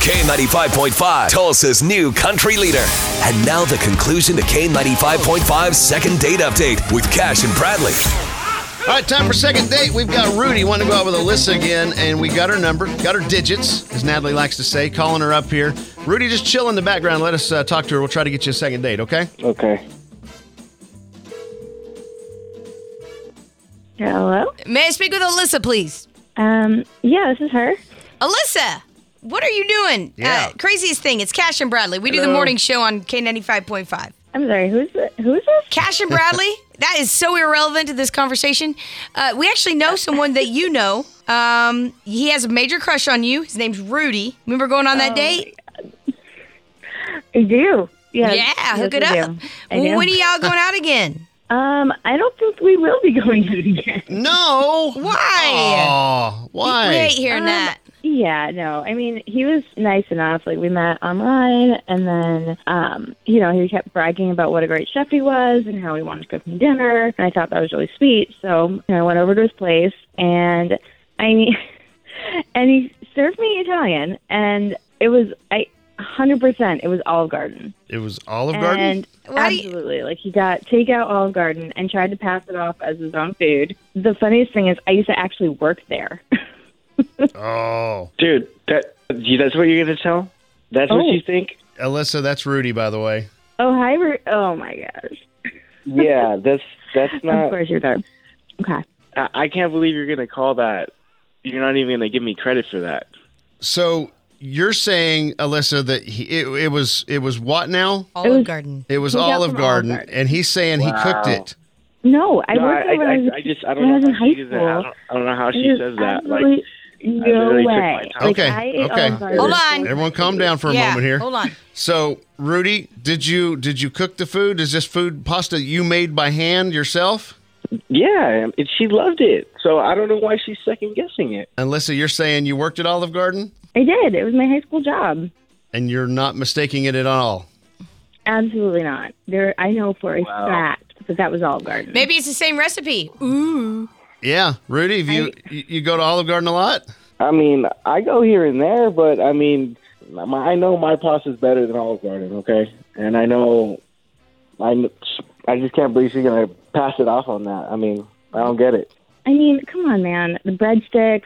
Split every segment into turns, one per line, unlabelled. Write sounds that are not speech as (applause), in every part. K95.5, Tulsa's new country leader. And now the conclusion to K95.5's second date update with Cash and Bradley.
All right, time for second date. We've got Rudy wanting to go out with Alyssa again, and we got her number, got her digits, as Natalie likes to say, calling her up here. Rudy, just chill in the background. Let us uh, talk to her. We'll try to get you a second date, okay?
Okay.
Hello.
May I speak with Alyssa, please?
Um. Yeah, this is her.
Alyssa, what are you doing?
Yeah.
Uh, craziest thing. It's Cash and Bradley. We do the morning show on K95.5.
I'm sorry. Who's th- who's this?
Cash and
(laughs)
Bradley, that is so irrelevant to this conversation. Uh, we actually know someone that you know. Um, he has a major crush on you. His name's Rudy. Remember going on
Oh,
that date?
I do. Yeah.
yeah, hook it up.
I do.
When are y'all going out again?
Um. I don't think we will be (laughs) going out again.
No.
Why?
Aw,
We hate
(laughs) why?
hearing
Um,
that.
Yeah, no. I mean, he was nice enough. Like we met online, and then um, you know he kept bragging about what a great chef he was and how he wanted to cook me dinner, and I thought that was really sweet. So you know, I went over to his place, and I mean, (laughs) and he served me Italian, and it was I. Hundred percent, it was Olive Garden,
It was Olive Garden.
and
Why do you-
absolutely, like he got takeout Olive Garden and tried to pass it off as his own food. The funniest thing is, I used to actually work there. (laughs)
Oh,
Dude, that you, that's what you're going to tell? That's what
Oh.
you think?
Alyssa, that's Rudy, by the way.
oh hi, Ru- oh my gosh. (laughs)
Yeah, that's that's
Of
not.
course you're there. Okay.
I, I can't believe you're going to call that. You're not even going to give me credit for that.
So you're saying, Alyssa, that he, it, it was it was what now?
Olive
was-
Garden.
It was
Takeout from
Olive
Olive
Garden,
Garden.
and he's saying he cooked
Wow.
it.
No, I
no,
worked
I,
there when I,
I,
was
I just I don't
when I
know.
was in
how she
high
does that. I
school.
don't, I don't know how she
There's
says that. Like,
absolutely no
really took my
way.
time.
Like,
Okay,
I ate
okay.
Olive Garden.
Hold on.
Everyone, calm down for a
yeah.
moment here.
Hold on.
So, Rudy, did you did you cook the food? Is this food pasta you made by hand yourself?
yeah, and she loved it. So I don't know why she's second guessing it.
And Alyssa, you're saying you worked at Olive Garden
I did. It was my high school job.
and you're not mistaking it at all.
Absolutely not. There, I know for a
Wow.
fact that that was Olive Garden.
Maybe it's the same recipe.
Yeah, Rudy, have you you you go to Olive Garden a lot?
I mean, I go here and there, but I mean, my, I know my pasta's better than Olive Garden. Okay, and I know I kn- I just can't believe she's gonna pass it off on that. I mean, I don't get it.
I mean, come on, man. The breadsticks,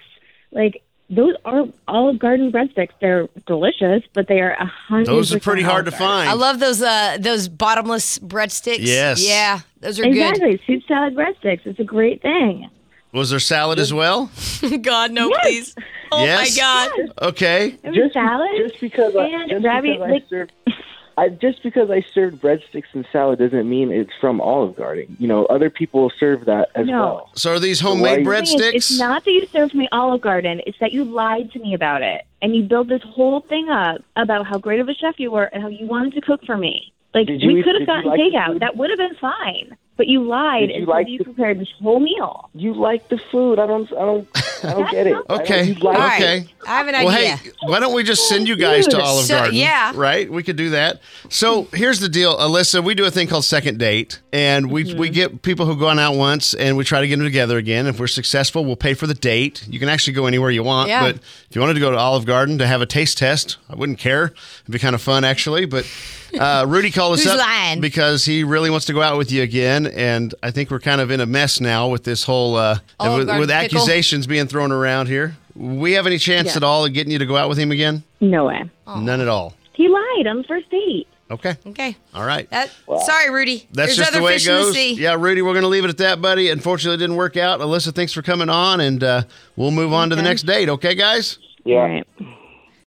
like those are Olive Garden breadsticks. They're delicious, but they are a hundred.
Those are
percent
pretty hard to
Olive Garden.
find.
I love those uh those bottomless breadsticks.
Yes.
Yeah, those are
Exactly, soup salad breadsticks. It's a great thing.
Was there salad as well?
good. (laughs) God no, please. Oh
Yes.
my God.
Okay.
It was salad.
just because I,
and
just
ravi-
because
like-
I served. I, just because I served breadsticks and salad doesn't mean it's from Olive Garden. You know, other people serve that as
No.
well.
So are these homemade
Why-
thing is,
breadsticks?
It's not that you served me Olive Garden. It's that you lied to me about it, and you built this whole thing up about how great of a chef you were and how you wanted to cook for me. Like
Did you
we
eat-
could have
did you
gotten
like the
takeout.
food?
That would have been fine. But you lied,
Did you
and
like
you
the-
prepared this whole meal.
You like the food. I don't. I don't. I don't get it. I don't-
Okay.
You like
All right.
Okay.
I have an
well,
idea.
hey, why don't we just send you guys to
Dude.
Olive
So-
Garden?
yeah.
right. We could do that. So here's the deal, Alyssa. We do a thing called second date, and we we get people who've gone out once, and we try to get them together again. If we're successful, we'll pay for the date. You can actually go anywhere you want,
Yeah.
but if you wanted to go to Olive Garden to have a taste test, I wouldn't care. It'd be kind of fun actually. But
(laughs)
uh, Rudy called us
Who's
up
lying?
because he really wants to go out with you again, and I think we're kind of in a mess now with this whole uh,
Olive
with,
Garden
with
pickle.
accusations accusations being thrown around here. We have any chance at all of getting you to go out with him again?
No way.
Oh.
None at all.
He lied on the first date.
Okay.
Okay.
All right.
That, Sorry, Rudy.
That's
There's
just
other
the way it
fish in the
goes.
sea.
Yeah, Rudy, we're going to leave it at that, buddy. Unfortunately, it didn't work out. Alyssa, thanks for coming on, and uh, we'll move on to the next date. Okay, guys?
Yeah.
All right.